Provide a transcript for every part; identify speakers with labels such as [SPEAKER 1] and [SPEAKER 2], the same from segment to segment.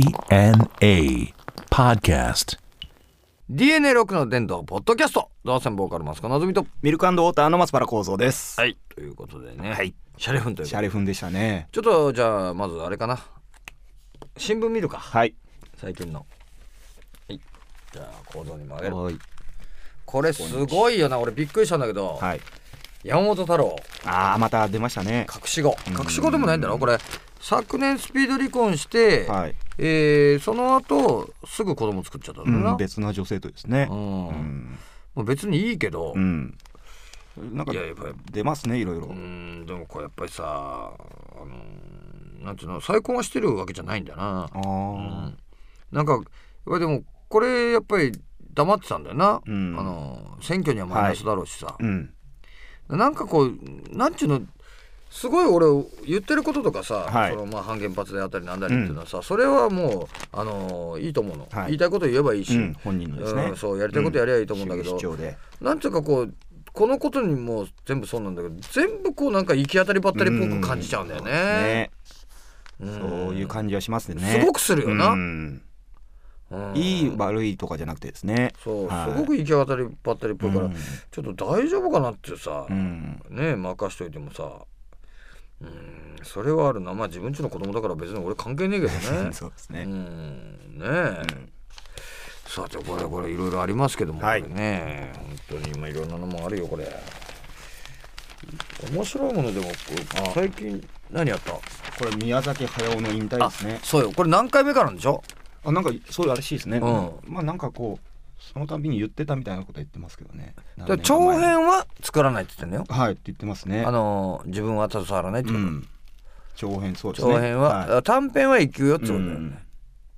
[SPEAKER 1] DNA Podcast.
[SPEAKER 2] DNA ロックの伝道ポッドキャストザーセンボーカルマスカナズミと
[SPEAKER 3] ミルクウォーターの松原幸三です。
[SPEAKER 2] はいということでね、はい、シャレフンという
[SPEAKER 3] シ
[SPEAKER 2] こ
[SPEAKER 3] ャレフンでしたね。
[SPEAKER 2] とちょっとじゃあまずあれかな新聞見るか
[SPEAKER 3] はい。
[SPEAKER 2] 最近のはいじゃあ構造にも上げる
[SPEAKER 3] はい。
[SPEAKER 2] これすごいよな俺びっくりしたんだけど、
[SPEAKER 3] はい。
[SPEAKER 2] 山本太郎
[SPEAKER 3] ああ、また出ましたね。
[SPEAKER 2] 隠し子
[SPEAKER 3] ん
[SPEAKER 2] 隠し子でもないんだろこれ昨年スピード離婚して、
[SPEAKER 3] はい。
[SPEAKER 2] えーその後すぐ子供作っちゃったん
[SPEAKER 3] う
[SPEAKER 2] だよな、
[SPEAKER 3] ん、別な女性とですね
[SPEAKER 2] う。
[SPEAKER 3] うんん。
[SPEAKER 2] もう別にいいけど、
[SPEAKER 3] うん。なんか
[SPEAKER 2] いややっぱり
[SPEAKER 3] 出ますね、いろいろ
[SPEAKER 2] う。んでもこれやっぱりさあのなんていうの再婚はしてるわけじゃないんだよな、う
[SPEAKER 3] あ
[SPEAKER 2] ん
[SPEAKER 3] あ。
[SPEAKER 2] なんかやっぱりでもこれやっぱり黙ってたんだよな、
[SPEAKER 3] うん
[SPEAKER 2] あの選挙にはマイナスだろうしさ、
[SPEAKER 3] うん。
[SPEAKER 2] なんかこうなんていうのすごい俺言ってることとかさ、
[SPEAKER 3] はい
[SPEAKER 2] そのまあ半原発であったりなんだりっていうのはさ、それはもうあのいいと思うの、
[SPEAKER 3] はい
[SPEAKER 2] 言いたいこと言えばいいし、
[SPEAKER 3] うん本人のですね
[SPEAKER 2] うんそうやりたいことやりゃいいと思うんだけど、
[SPEAKER 3] 主張で。
[SPEAKER 2] なんていうかこうこのことにも全部そうなんだけど全部こうなんか行き当たりばったりっぽく感じちゃうんだよね。
[SPEAKER 3] ね。
[SPEAKER 2] うん
[SPEAKER 3] そういう感じはしますね。
[SPEAKER 2] すごくするよな
[SPEAKER 3] うん
[SPEAKER 2] うん
[SPEAKER 3] いい悪いとかじゃなくてですね。
[SPEAKER 2] そう、
[SPEAKER 3] はい
[SPEAKER 2] すごく行き当たりばったりっぽいから、
[SPEAKER 3] うん
[SPEAKER 2] ちょっと大丈夫かなってさ、
[SPEAKER 3] うん。
[SPEAKER 2] ね任しといてもさうんそれはあるなまあ自分ちの子供だから別に俺関係ねえけどね。
[SPEAKER 3] そうです
[SPEAKER 2] う
[SPEAKER 3] ね。
[SPEAKER 2] んねえ、さてこれこれいろいろありますけども、
[SPEAKER 3] はい
[SPEAKER 2] これね本当に今いろんなのもあるよこれ面白いものでもこう最近何やった
[SPEAKER 3] これ宮崎駿の引退ですね。
[SPEAKER 2] そうよこれ何回目かなんでしょ
[SPEAKER 3] あなんかそういうらしいですね、
[SPEAKER 2] う
[SPEAKER 3] まあなんかこうそのたびに言ってたみたいなこと言ってますけどね
[SPEAKER 2] だから
[SPEAKER 3] 何年か前
[SPEAKER 2] 長編は作らないって言ってんだよ
[SPEAKER 3] はいって言ってますね
[SPEAKER 2] あのー自分は携わらないって
[SPEAKER 3] う
[SPEAKER 2] こと、
[SPEAKER 3] ん長編そうですね
[SPEAKER 2] 長編は、
[SPEAKER 3] い
[SPEAKER 2] あ短編は一級よってこ
[SPEAKER 3] う
[SPEAKER 2] とだよ
[SPEAKER 3] ん
[SPEAKER 2] ね、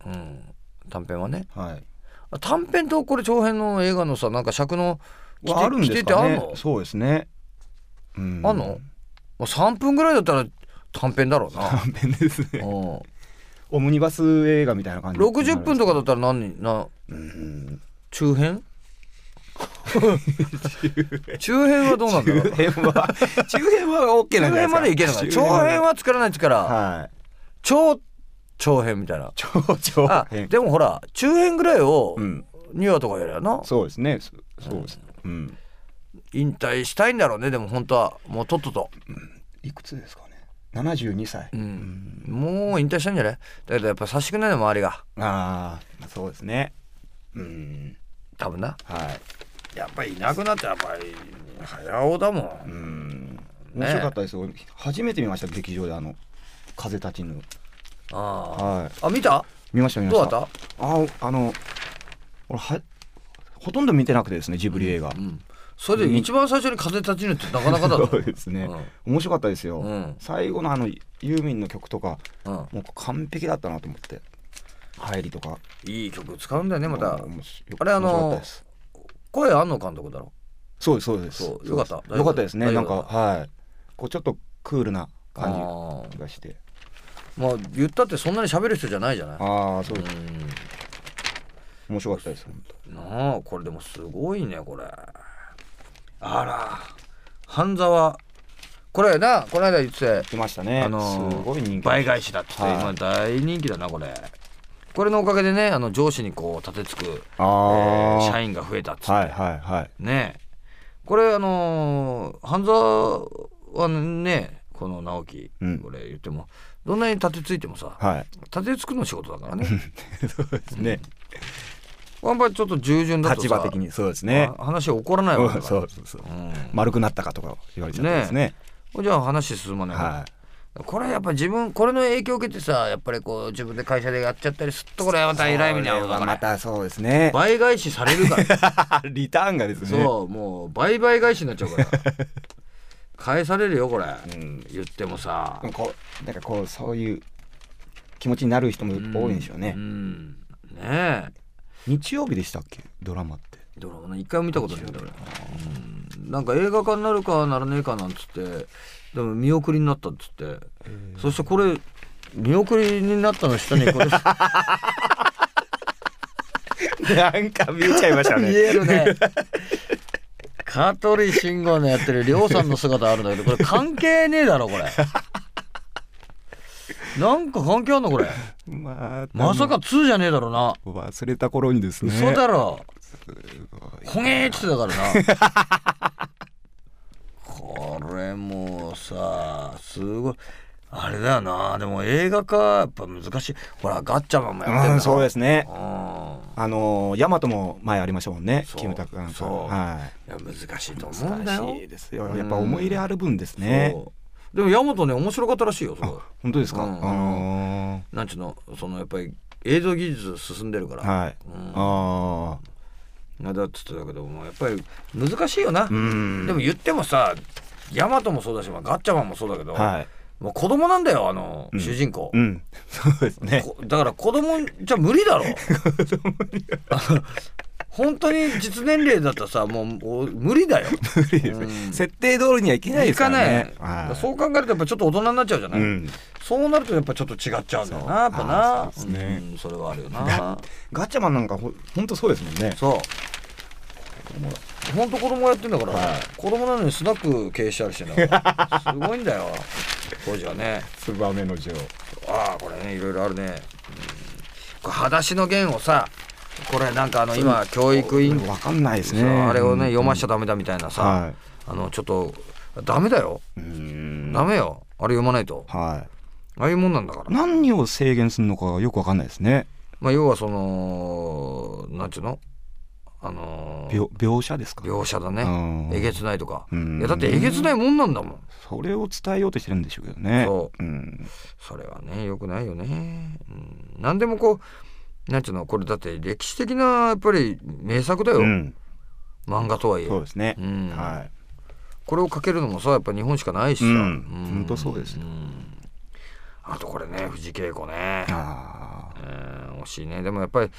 [SPEAKER 2] うん短編はね
[SPEAKER 3] はい
[SPEAKER 2] あ短編とこれ長編の映画のさなんか尺の規定
[SPEAKER 3] あるんで
[SPEAKER 2] 規定っ
[SPEAKER 3] す
[SPEAKER 2] てあ
[SPEAKER 3] か
[SPEAKER 2] ん
[SPEAKER 3] ね
[SPEAKER 2] の
[SPEAKER 3] そうですねうん
[SPEAKER 2] あんの、まあ、3分ぐらいだったら短編だろう な
[SPEAKER 3] 短編ですね
[SPEAKER 2] うん
[SPEAKER 3] オムニバス映画みたいな感じ
[SPEAKER 2] 60分と
[SPEAKER 3] か
[SPEAKER 2] かだったら何な
[SPEAKER 3] うん
[SPEAKER 2] 中 編中編はどうなんだろ
[SPEAKER 3] 中
[SPEAKER 2] う
[SPEAKER 3] 編 は中編は
[SPEAKER 2] 中
[SPEAKER 3] OK なんじゃないですか
[SPEAKER 2] 編までいけないから長編は作らないってから、
[SPEAKER 3] はい
[SPEAKER 2] 超長編みたいな
[SPEAKER 3] 長長
[SPEAKER 2] あ
[SPEAKER 3] 編
[SPEAKER 2] でもほら中編ぐらいを
[SPEAKER 3] うん
[SPEAKER 2] 2話とかやりゃな、
[SPEAKER 3] そうですねそそうですうん
[SPEAKER 2] 引退したいんだろうねでも本当はもうとっとと、
[SPEAKER 3] いくつですかね72歳
[SPEAKER 2] うんもう引退したんじゃないだけどやっぱ差しくないの周りが
[SPEAKER 3] ああそうですねうん
[SPEAKER 2] 多分な
[SPEAKER 3] はい
[SPEAKER 2] やっぱりいなくなってやっぱり早尾だもん
[SPEAKER 3] うん面白かったですよ、初めて見ました劇場であの「風立ちぬ
[SPEAKER 2] あ」あ
[SPEAKER 3] はい
[SPEAKER 2] あ見た
[SPEAKER 3] 見ました見ま
[SPEAKER 2] どうだ
[SPEAKER 3] し
[SPEAKER 2] ったた
[SPEAKER 3] ああの俺はほとんど見てなくてですねジブリ映画、
[SPEAKER 2] それで一番最初に風立ちぬってなかなかだぞ
[SPEAKER 3] そうですね、面白かったですよ、
[SPEAKER 2] うん
[SPEAKER 3] 最後のあのユーミンの曲とか
[SPEAKER 2] うん
[SPEAKER 3] もう完璧だったなと思って入りとか
[SPEAKER 2] いい曲使うんだよねまた
[SPEAKER 3] 面白
[SPEAKER 2] あれあ
[SPEAKER 3] 面白かっ
[SPEAKER 2] の
[SPEAKER 3] たです
[SPEAKER 2] 声安野監督だろ
[SPEAKER 3] そうですそうです
[SPEAKER 2] そうよかった
[SPEAKER 3] そうですよかったですね
[SPEAKER 2] 大丈
[SPEAKER 3] な
[SPEAKER 2] 夫
[SPEAKER 3] んか
[SPEAKER 2] だ
[SPEAKER 3] はいこうちょっとクールな感
[SPEAKER 2] あ
[SPEAKER 3] じがして
[SPEAKER 2] ーまあ言ったってそんなに喋る人じゃないじゃない
[SPEAKER 3] ああーそう
[SPEAKER 2] う
[SPEAKER 3] です
[SPEAKER 2] ん
[SPEAKER 3] 面白かったです本当
[SPEAKER 2] なあこれでもすごいねこれあら半沢これなこの間言って
[SPEAKER 3] 出ました
[SPEAKER 2] た
[SPEAKER 3] ね、
[SPEAKER 2] あの
[SPEAKER 3] すごい人気
[SPEAKER 2] 倍返しだって言って、
[SPEAKER 3] は
[SPEAKER 2] 今大人気だなこれこれのおかげでねあの上司にこう立てつく、
[SPEAKER 3] あ
[SPEAKER 2] え
[SPEAKER 3] あ、
[SPEAKER 2] ー社員が増えたっつって、
[SPEAKER 3] はいはいはい
[SPEAKER 2] ねえこれあのー半沢はねこの直樹、
[SPEAKER 3] うん
[SPEAKER 2] これ言ってもどんなに立てついてもさ
[SPEAKER 3] はい
[SPEAKER 2] 立てつくの仕事だからね
[SPEAKER 3] そうですね
[SPEAKER 2] やっぱりちょっと従順だとさ
[SPEAKER 3] 立場的にそうですね
[SPEAKER 2] あ話起こらない
[SPEAKER 3] うん
[SPEAKER 2] わけだか
[SPEAKER 3] そ
[SPEAKER 2] ら
[SPEAKER 3] うそうそう
[SPEAKER 2] うん
[SPEAKER 3] 丸くなったかとか言われちゃったですね
[SPEAKER 2] これじゃあ話進まない、
[SPEAKER 3] はい
[SPEAKER 2] これやっぱ自分これの影響を受けてさやっぱりこう自分で会社でやっちゃったりすっとこれまた偉い目に遭う
[SPEAKER 3] これは
[SPEAKER 2] か
[SPEAKER 3] ま
[SPEAKER 2] ら
[SPEAKER 3] たそうですね
[SPEAKER 2] 倍返しされるから
[SPEAKER 3] リターンがですね
[SPEAKER 2] そうもう倍倍返しになっちゃうから 返されるよこれ、
[SPEAKER 3] ん
[SPEAKER 2] 言ってもさ
[SPEAKER 3] でもこうなんかこうそういう気持ちになる人も多いんでしょうね、
[SPEAKER 2] うんねえ
[SPEAKER 3] 日曜日でしたっけドラマって
[SPEAKER 2] ドラマね一回も見たことないんだからうんなんか映画化になるかならねえかなんつってでも見送りになったっつってそしてこれ見送りになったの下にこれ
[SPEAKER 3] なんか見えちゃ いました
[SPEAKER 2] 見えるね。香取慎吾のやってる亮さんの姿あるんだけどこれ関係ねえだろこれなんか関係あんのこれ
[SPEAKER 3] まあ、
[SPEAKER 2] まさか2じゃねえだろうな
[SPEAKER 3] 忘れた頃にですね。
[SPEAKER 2] 嘘だろ
[SPEAKER 3] ごい
[SPEAKER 2] ほげーって言ってたからなこれもうさすごいあれだよなでも映画化やっぱ難しいほらガッチャマンもやってんだ
[SPEAKER 3] う
[SPEAKER 2] ろ
[SPEAKER 3] んそうですね
[SPEAKER 2] うん
[SPEAKER 3] あのー、ヤマトも前ありましたもんね
[SPEAKER 2] そう
[SPEAKER 3] キムタクなんか
[SPEAKER 2] そう
[SPEAKER 3] はい
[SPEAKER 2] や難しいと
[SPEAKER 3] い
[SPEAKER 2] 思うんだよ
[SPEAKER 3] 難しいですよやっぱ思い入れある分ですね
[SPEAKER 2] そうでも山本ね面白かったらしいよそこ
[SPEAKER 3] 本当ですか、
[SPEAKER 2] うん
[SPEAKER 3] あの
[SPEAKER 2] なんちゅうのそのやっぱり映像技術進んでるから、
[SPEAKER 3] ーはい、
[SPEAKER 2] うん
[SPEAKER 3] ああ
[SPEAKER 2] なんだっつってたけどもやっぱり難しいよな、
[SPEAKER 3] うん
[SPEAKER 2] でも言ってもさヤマトもそうだし、まあ、ガッチャマンもそうだけど、
[SPEAKER 3] はい
[SPEAKER 2] もう子供なんだよあの、
[SPEAKER 3] うん
[SPEAKER 2] 主人公、
[SPEAKER 3] うん そうですね
[SPEAKER 2] こだから子供じゃ無理だ ろあの 本当に実年齢だったらさもうお無理だよ
[SPEAKER 3] 無理ですね、
[SPEAKER 2] うん
[SPEAKER 3] 設定通りにはいけないですからね
[SPEAKER 2] いかない
[SPEAKER 3] はい
[SPEAKER 2] そう考えるとやっぱちょっと大人になっちゃうじゃない、
[SPEAKER 3] うん
[SPEAKER 2] そうなるとやっぱちょっと違っちゃうんだよなやっぱ
[SPEAKER 3] あ
[SPEAKER 2] な
[SPEAKER 3] ーそうですね
[SPEAKER 2] うんそれはあるよな
[SPEAKER 3] ガッチャマンなんかほ本 当そうですもんね
[SPEAKER 2] そうほんと子供がやってんだから、子供なのにスナック経営したりしてんだからすごいんだよ当時はね
[SPEAKER 3] ツバメの女王
[SPEAKER 2] ああこれねいろいろあるね、うん、これ裸足の弦をさこれなんかあの今教育委員
[SPEAKER 3] わかんないですね
[SPEAKER 2] そうあれをね、
[SPEAKER 3] うん
[SPEAKER 2] 読ましちゃダメだみたいなさ、
[SPEAKER 3] は
[SPEAKER 2] あのちょっとダメだよ、
[SPEAKER 3] いうん
[SPEAKER 2] ダメよあれ読まないと
[SPEAKER 3] は
[SPEAKER 2] ああいうもんなんだから
[SPEAKER 3] い何を制限するのかがよくわかんないですね
[SPEAKER 2] まあ要はそのなんちゅうのあのー
[SPEAKER 3] 描描写ですか
[SPEAKER 2] 描写だね
[SPEAKER 3] うん
[SPEAKER 2] えげつないとか
[SPEAKER 3] うん
[SPEAKER 2] いやだってえげつないもんなんだもん
[SPEAKER 3] それを伝えようとしてるんでしょうけどね
[SPEAKER 2] そ
[SPEAKER 3] うん
[SPEAKER 2] それはねよくないよね、うん、何でもこうなんちゅうのこれだって歴史的なやっぱり名作だよ、
[SPEAKER 3] うん
[SPEAKER 2] 漫画とはいえ
[SPEAKER 3] そうですね
[SPEAKER 2] うん
[SPEAKER 3] はい
[SPEAKER 2] これをかけるのもさやっぱ日本しかないしさ、
[SPEAKER 3] う
[SPEAKER 2] うんん
[SPEAKER 3] ほんとそうですよ
[SPEAKER 2] んあとこれね藤恵子ね、
[SPEAKER 3] ああ
[SPEAKER 2] うん、惜しいねでもやっぱり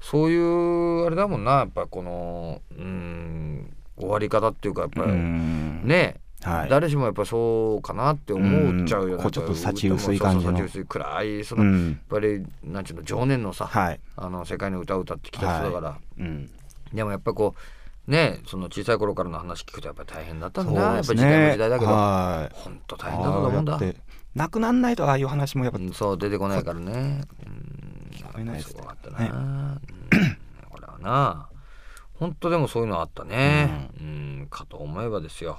[SPEAKER 2] そういうあれだもんなやっぱこのうん終わり方っていうかやっぱり、
[SPEAKER 3] うん
[SPEAKER 2] ね、
[SPEAKER 3] はい
[SPEAKER 2] 誰しもやっぱそうかなって思っちゃうよ
[SPEAKER 3] うん
[SPEAKER 2] ね、
[SPEAKER 3] こうちょっと幸薄い感じ
[SPEAKER 2] そ
[SPEAKER 3] の
[SPEAKER 2] うそう幸薄い暗いその、
[SPEAKER 3] う
[SPEAKER 2] やっ
[SPEAKER 3] ん
[SPEAKER 2] ぱりなんちゅうの情念のさ、
[SPEAKER 3] はい
[SPEAKER 2] あの世界の歌を歌ってきた人だから、
[SPEAKER 3] うん
[SPEAKER 2] でもやっぱこうねその小さい頃からの話聞くとやっぱり大変だったんだ
[SPEAKER 3] そう
[SPEAKER 2] や
[SPEAKER 3] で
[SPEAKER 2] っぱ
[SPEAKER 3] す
[SPEAKER 2] り時代も
[SPEAKER 3] ね
[SPEAKER 2] 時代だけど
[SPEAKER 3] はい
[SPEAKER 2] 本当大変だったと思うんだ
[SPEAKER 3] ああやってなくなんないとああいう話もやっぱ
[SPEAKER 2] うんそう出てこないからね
[SPEAKER 3] 聞こえないです
[SPEAKER 2] す
[SPEAKER 3] ね
[SPEAKER 2] ごかったな、うんこれはな本当でもそういうのあったね、うん、かと思えばですよ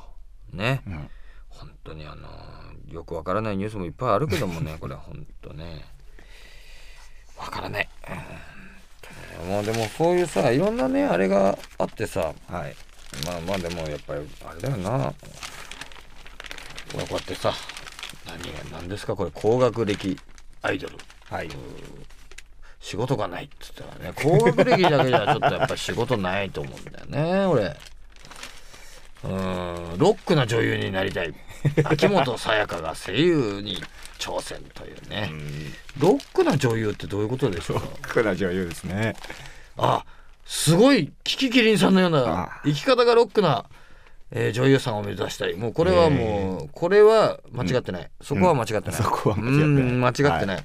[SPEAKER 2] ね、
[SPEAKER 3] うん
[SPEAKER 2] 本当にあのよくわからないニュースもいっぱいあるけどもねこれ本当ねわからない、うんもうでもそういうさいろんなねあれがあってさ
[SPEAKER 3] はい
[SPEAKER 2] まあまあでもやっぱりあれだよなこうやってさ何が何ですかこれ高学歴アイドル
[SPEAKER 3] はいう
[SPEAKER 2] 仕事がないっつったらね高学歴だけじゃちょっとやっ ぱ仕事ないと思うんだよね俺うーんロックな女優になりたい秋元才加が声優に挑戦というねロックな女優ってどういうことでしょ うか
[SPEAKER 3] クラジオ言うですね
[SPEAKER 2] あすごいキキキリンさんのよう
[SPEAKER 3] あ
[SPEAKER 2] な生き方がロックな、えー女優さんを目指したいもうこれはもうこれは間違ってない、そこは間違ってない、
[SPEAKER 3] そこは間違ってない
[SPEAKER 2] うん間違ってない、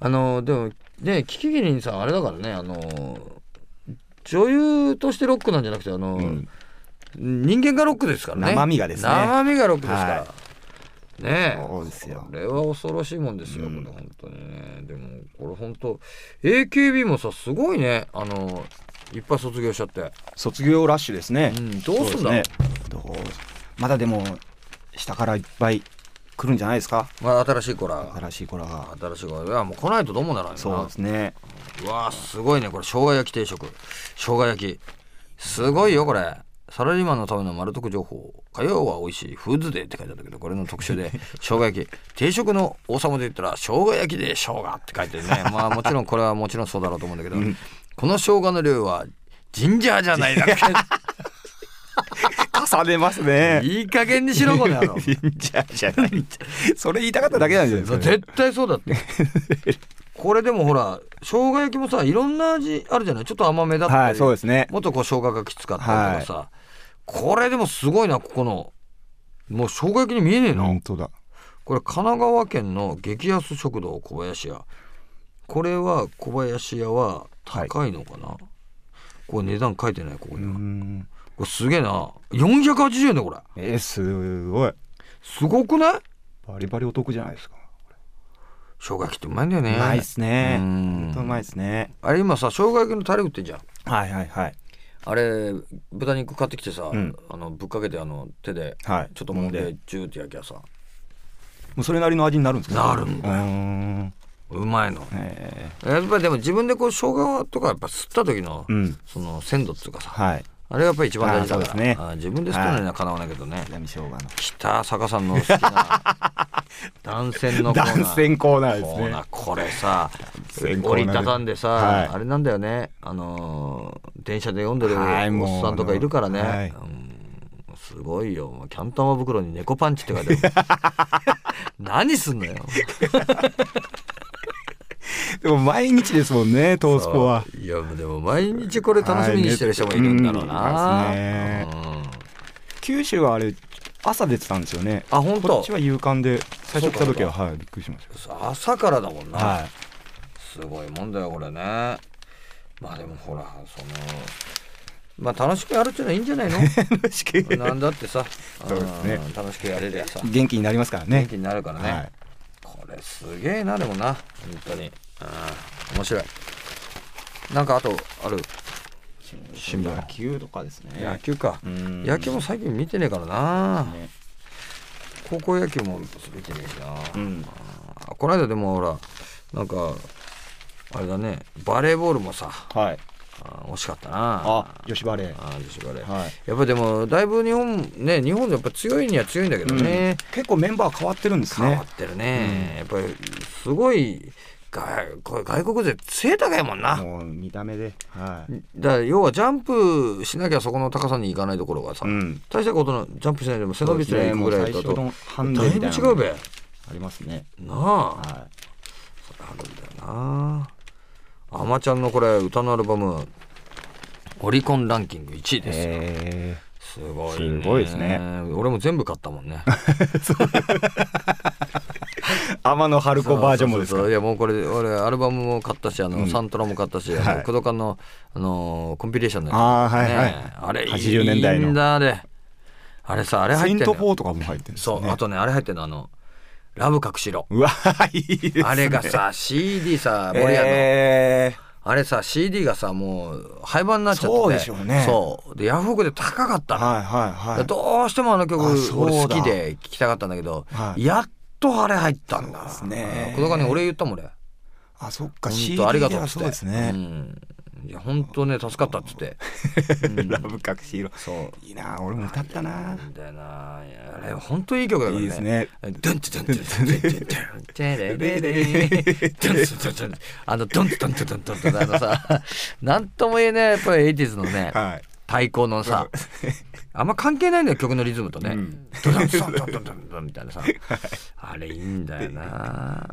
[SPEAKER 2] あのでもねキキキリンさんあれだからねあの女優としてロックなんじゃなくてあの、
[SPEAKER 3] ん
[SPEAKER 2] 人間がロックですからね
[SPEAKER 3] 生身がですね
[SPEAKER 2] 生身がロックですから、
[SPEAKER 3] は
[SPEAKER 2] ねえ
[SPEAKER 3] そうですよ
[SPEAKER 2] これは恐ろしいもんですよ、これ本当にねでもこれ本当 AKB もさすごいねあのいっぱい卒業しちゃって
[SPEAKER 3] 卒業ラッシュですね、
[SPEAKER 2] うんどうすんだ
[SPEAKER 3] そですねどうまだでも下からいっぱい来るんじゃないですか
[SPEAKER 2] まあ新しい子ら
[SPEAKER 3] 新しい子らが
[SPEAKER 2] 新しい子らいやもう来ないとどうもならんよな
[SPEAKER 3] そうですね
[SPEAKER 2] うわあすごいねこれ生姜焼き定食生姜焼きすごいよこれサラリーマンのための丸得情報火曜は美味しいフーズデーって書いてあるけどこれの特 集で生姜焼き定食の王様で言ったら生姜焼きで生姜って書いてるねまあもちろんこれはもちろんそうだろうと思うんだけど、この生姜の量はジンジャーじゃないだっけ
[SPEAKER 3] 重ねますね
[SPEAKER 2] いい加減にしろこ の野郎
[SPEAKER 3] 信じゃじゃないそれ言いたかっただけなんじゃないですか、ね、
[SPEAKER 2] 絶対そうだってこれでもほら生姜焼きもさいろんな味あるじゃないちょっと甘めだったり、
[SPEAKER 3] はいそうですね
[SPEAKER 2] もっとこう生姜がきつかったりとかさ、これでもすごいなここのもう生姜焼きに見えねえな、
[SPEAKER 3] 本当だ
[SPEAKER 2] これ神奈川県の激安食堂小林屋これは小林屋は高いのかな、これ値段書いてないここには、
[SPEAKER 3] うん
[SPEAKER 2] これすげえな480円だこれ
[SPEAKER 3] えー、すごい
[SPEAKER 2] すごくない
[SPEAKER 3] バリバリお得じゃないですか
[SPEAKER 2] 生姜焼きってうまいんだよね
[SPEAKER 3] うまいっすね
[SPEAKER 2] う
[SPEAKER 3] ほ
[SPEAKER 2] ん
[SPEAKER 3] んとうまいっすね
[SPEAKER 2] あれ今さ生姜焼きのタレ売ってんじゃん
[SPEAKER 3] はいはいはい
[SPEAKER 2] あれ豚肉買ってきてさ、
[SPEAKER 3] うん
[SPEAKER 2] あのぶっかけてあの手で
[SPEAKER 3] はい
[SPEAKER 2] ちょっともん
[SPEAKER 3] 揉ん
[SPEAKER 2] でジューって焼きゃさ
[SPEAKER 3] もうそれなりの味になるんです
[SPEAKER 2] な
[SPEAKER 3] か
[SPEAKER 2] るんだ
[SPEAKER 3] うーん
[SPEAKER 2] うまいの
[SPEAKER 3] え
[SPEAKER 2] やっぱりでも自分でこう生姜とかやっぱ吸った時の、
[SPEAKER 3] ーうん
[SPEAKER 2] その鮮度っていうかさ
[SPEAKER 3] はい
[SPEAKER 2] あれがやっぱり一番大事だから
[SPEAKER 3] あーそうですね
[SPEAKER 2] あー自分で吸ったのにはかなわないけどね、
[SPEAKER 3] 刻み生姜の
[SPEAKER 2] 北坂さんの好き な断線のコーナー
[SPEAKER 3] 断線コーナーです
[SPEAKER 2] コーナ
[SPEAKER 3] ね
[SPEAKER 2] ーこれさ
[SPEAKER 3] 線コーナー
[SPEAKER 2] 折りたたんでさ、
[SPEAKER 3] はい
[SPEAKER 2] あれなんだよねあのー電車で読んでる
[SPEAKER 3] はいもう
[SPEAKER 2] おっさんとかいるからね、
[SPEAKER 3] はい
[SPEAKER 2] うんすごいよもうキャン玉袋に猫パンチって書いてあ る何すんのよ
[SPEAKER 3] でも毎日ですもんねトースポはい
[SPEAKER 2] やでも毎日これ楽しみにしてる人もいるんだろうな、
[SPEAKER 3] はいね
[SPEAKER 2] うん
[SPEAKER 3] 九州はあれ朝出てたんですよね
[SPEAKER 2] あ本
[SPEAKER 3] こ
[SPEAKER 2] 当
[SPEAKER 3] っちは夕刊で最初来た時ははいびっくりしまし
[SPEAKER 2] 朝からだもんな、
[SPEAKER 3] たはい
[SPEAKER 2] すごいもんだよこれねまあでもほらそのまあ楽しくやるっていうのはいいんじゃ ないのなんだってさ
[SPEAKER 3] そうですね
[SPEAKER 2] うん楽しくやれりゃさ
[SPEAKER 3] 元気になりますから
[SPEAKER 2] 元
[SPEAKER 3] ね
[SPEAKER 2] 気になるからね、
[SPEAKER 3] はい
[SPEAKER 2] これすげえなでもな本当にうん面白いなんかあとある新聞
[SPEAKER 4] 野球とかですね
[SPEAKER 2] 野球か、
[SPEAKER 4] うん
[SPEAKER 2] 野球も最近見てねえからな、
[SPEAKER 4] ね
[SPEAKER 2] 高校野球も見てねえしな、
[SPEAKER 4] うん
[SPEAKER 2] あこの間でもほらなんかあれだねバレーボールもさ
[SPEAKER 4] はい
[SPEAKER 2] あ惜しかったな
[SPEAKER 3] あ女子バレー
[SPEAKER 2] あー女子バレー
[SPEAKER 4] はい
[SPEAKER 2] やっぱでもだいぶ日本ね日本でやっぱ強いには強いんだけどね、
[SPEAKER 3] 結構メンバー変わってるんです
[SPEAKER 2] 変
[SPEAKER 3] ね
[SPEAKER 2] わってるね、やっぱりすごい外これ外国勢背高いもんなだか
[SPEAKER 3] もう見た目ではい
[SPEAKER 2] ら要はジャンプしなきゃそこの高さに行かないところがさ、
[SPEAKER 3] うん
[SPEAKER 2] 大したことのジャンプしないでも背伸びすりゃ行くぐらいだ
[SPEAKER 3] そうです
[SPEAKER 2] と
[SPEAKER 3] ねもう最初の
[SPEAKER 2] だ
[SPEAKER 3] ハンデ
[SPEAKER 2] い
[SPEAKER 3] み
[SPEAKER 2] ぶ
[SPEAKER 3] たいな
[SPEAKER 2] 違うべ
[SPEAKER 3] ありますね
[SPEAKER 2] なあ
[SPEAKER 3] は
[SPEAKER 2] あるんだよなあまちゃんのこれ歌のアルバムオリコンランキング1位
[SPEAKER 3] い
[SPEAKER 2] ですよ
[SPEAKER 3] へ
[SPEAKER 2] すごい
[SPEAKER 3] すごいですね
[SPEAKER 2] 俺も全部買ったもん ね
[SPEAKER 3] え天野春子バージョンもです
[SPEAKER 2] そうそうそう
[SPEAKER 3] か
[SPEAKER 2] いやもうこれ俺アルバムも買ったしあの、サントラも買ったしあの
[SPEAKER 3] はい
[SPEAKER 2] 工藤館の、あのーコンピレーションのやつ
[SPEAKER 3] あーはい
[SPEAKER 2] ね
[SPEAKER 3] はい
[SPEAKER 2] あれ
[SPEAKER 3] 80年代の
[SPEAKER 2] いいんだあれあれさあれ
[SPEAKER 3] セ
[SPEAKER 2] 入
[SPEAKER 3] イ
[SPEAKER 2] っ
[SPEAKER 3] ン
[SPEAKER 2] てん
[SPEAKER 3] ト
[SPEAKER 2] の
[SPEAKER 3] フォーとかも入ってるんです
[SPEAKER 2] そ
[SPEAKER 3] ね
[SPEAKER 2] うあとねあれ入ってんのあの「ラブ隠しろ
[SPEAKER 3] うわいいです」ね
[SPEAKER 2] あれが さ CD さ森屋の、
[SPEAKER 3] え
[SPEAKER 2] あれさ CD がさもう廃盤になっちゃってて
[SPEAKER 3] そうでしょうね
[SPEAKER 2] そうでヤフオクで高かった
[SPEAKER 3] ー
[SPEAKER 2] の、
[SPEAKER 3] はいはいは
[SPEAKER 2] だ
[SPEAKER 3] い
[SPEAKER 2] どうしてもあの曲
[SPEAKER 3] あそう
[SPEAKER 2] 俺好
[SPEAKER 3] だ
[SPEAKER 2] きで聴きたかったんだけど、
[SPEAKER 3] はい
[SPEAKER 2] やっとあれ入ったんだ
[SPEAKER 3] そうですね
[SPEAKER 2] 工藤館に俺言ったもん俺
[SPEAKER 3] あそっか
[SPEAKER 2] 本
[SPEAKER 3] CD
[SPEAKER 2] 当ありがとうっ
[SPEAKER 3] は
[SPEAKER 2] つって
[SPEAKER 3] そうですね
[SPEAKER 2] ん、いや本当ね助かったっつって
[SPEAKER 3] ラブ隠し色
[SPEAKER 2] そう
[SPEAKER 3] いいな俺も歌ったな
[SPEAKER 2] みたいないやあれ本当いい曲だからね
[SPEAKER 3] いいですね
[SPEAKER 2] ドンツドンツドンツドンツテレレレドンツドンツドンツあのドンツドンツドンツドンツあのさなんとも言えないやっぱり 80s のね
[SPEAKER 3] はい
[SPEAKER 2] 太鼓のさあんま関係ないんだよ曲のリズムとねドドンドンドンドンドンドンみたいな さあれいいんだよな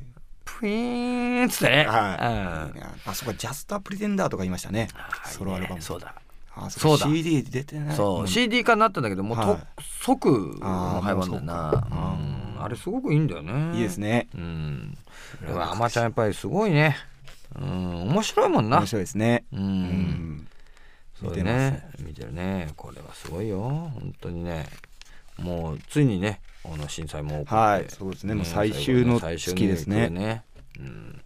[SPEAKER 2] プイーンっつってね
[SPEAKER 3] はい
[SPEAKER 2] うん
[SPEAKER 3] いいなあそこジャスタプリテンダーとか言いましたねソロアルバム
[SPEAKER 2] そうだ
[SPEAKER 3] あそこ
[SPEAKER 2] そうだ
[SPEAKER 3] CD 出てない
[SPEAKER 2] そう、
[SPEAKER 3] ん
[SPEAKER 2] CD 化になったんだけどもうと、
[SPEAKER 3] はい
[SPEAKER 2] 即もう廃盤だよな
[SPEAKER 3] あー
[SPEAKER 2] うんあれすごくいいんだよね
[SPEAKER 3] いいですね
[SPEAKER 2] うんだからアマちゃんやっぱりすごいねうん面白いもんな
[SPEAKER 3] 面白いですね
[SPEAKER 2] うん、
[SPEAKER 3] うん
[SPEAKER 2] そうだね見てるねこれはすごいよ本当にねもうついにねこの震災も起こって
[SPEAKER 3] はいそうですねもう最終の月ですね
[SPEAKER 2] 最終の月うん、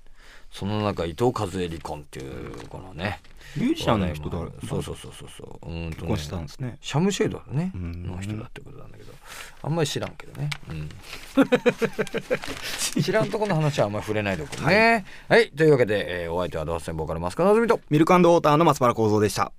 [SPEAKER 2] その中伊藤和恵離婚っていうこのね
[SPEAKER 3] ミュージシャンの人だ
[SPEAKER 2] そうそうそうそうそううんとね
[SPEAKER 3] 結婚したんですね
[SPEAKER 2] シャムシェードのね
[SPEAKER 3] うん
[SPEAKER 2] の人だってことなんだけどあんまり知らん けどね、うん、知らんとこの話はあんまり触れないでおこうねはい、というわけで、えーお相手はドハスボーカルマスカのぞみと
[SPEAKER 3] ミルクウォーターの松原幸三でした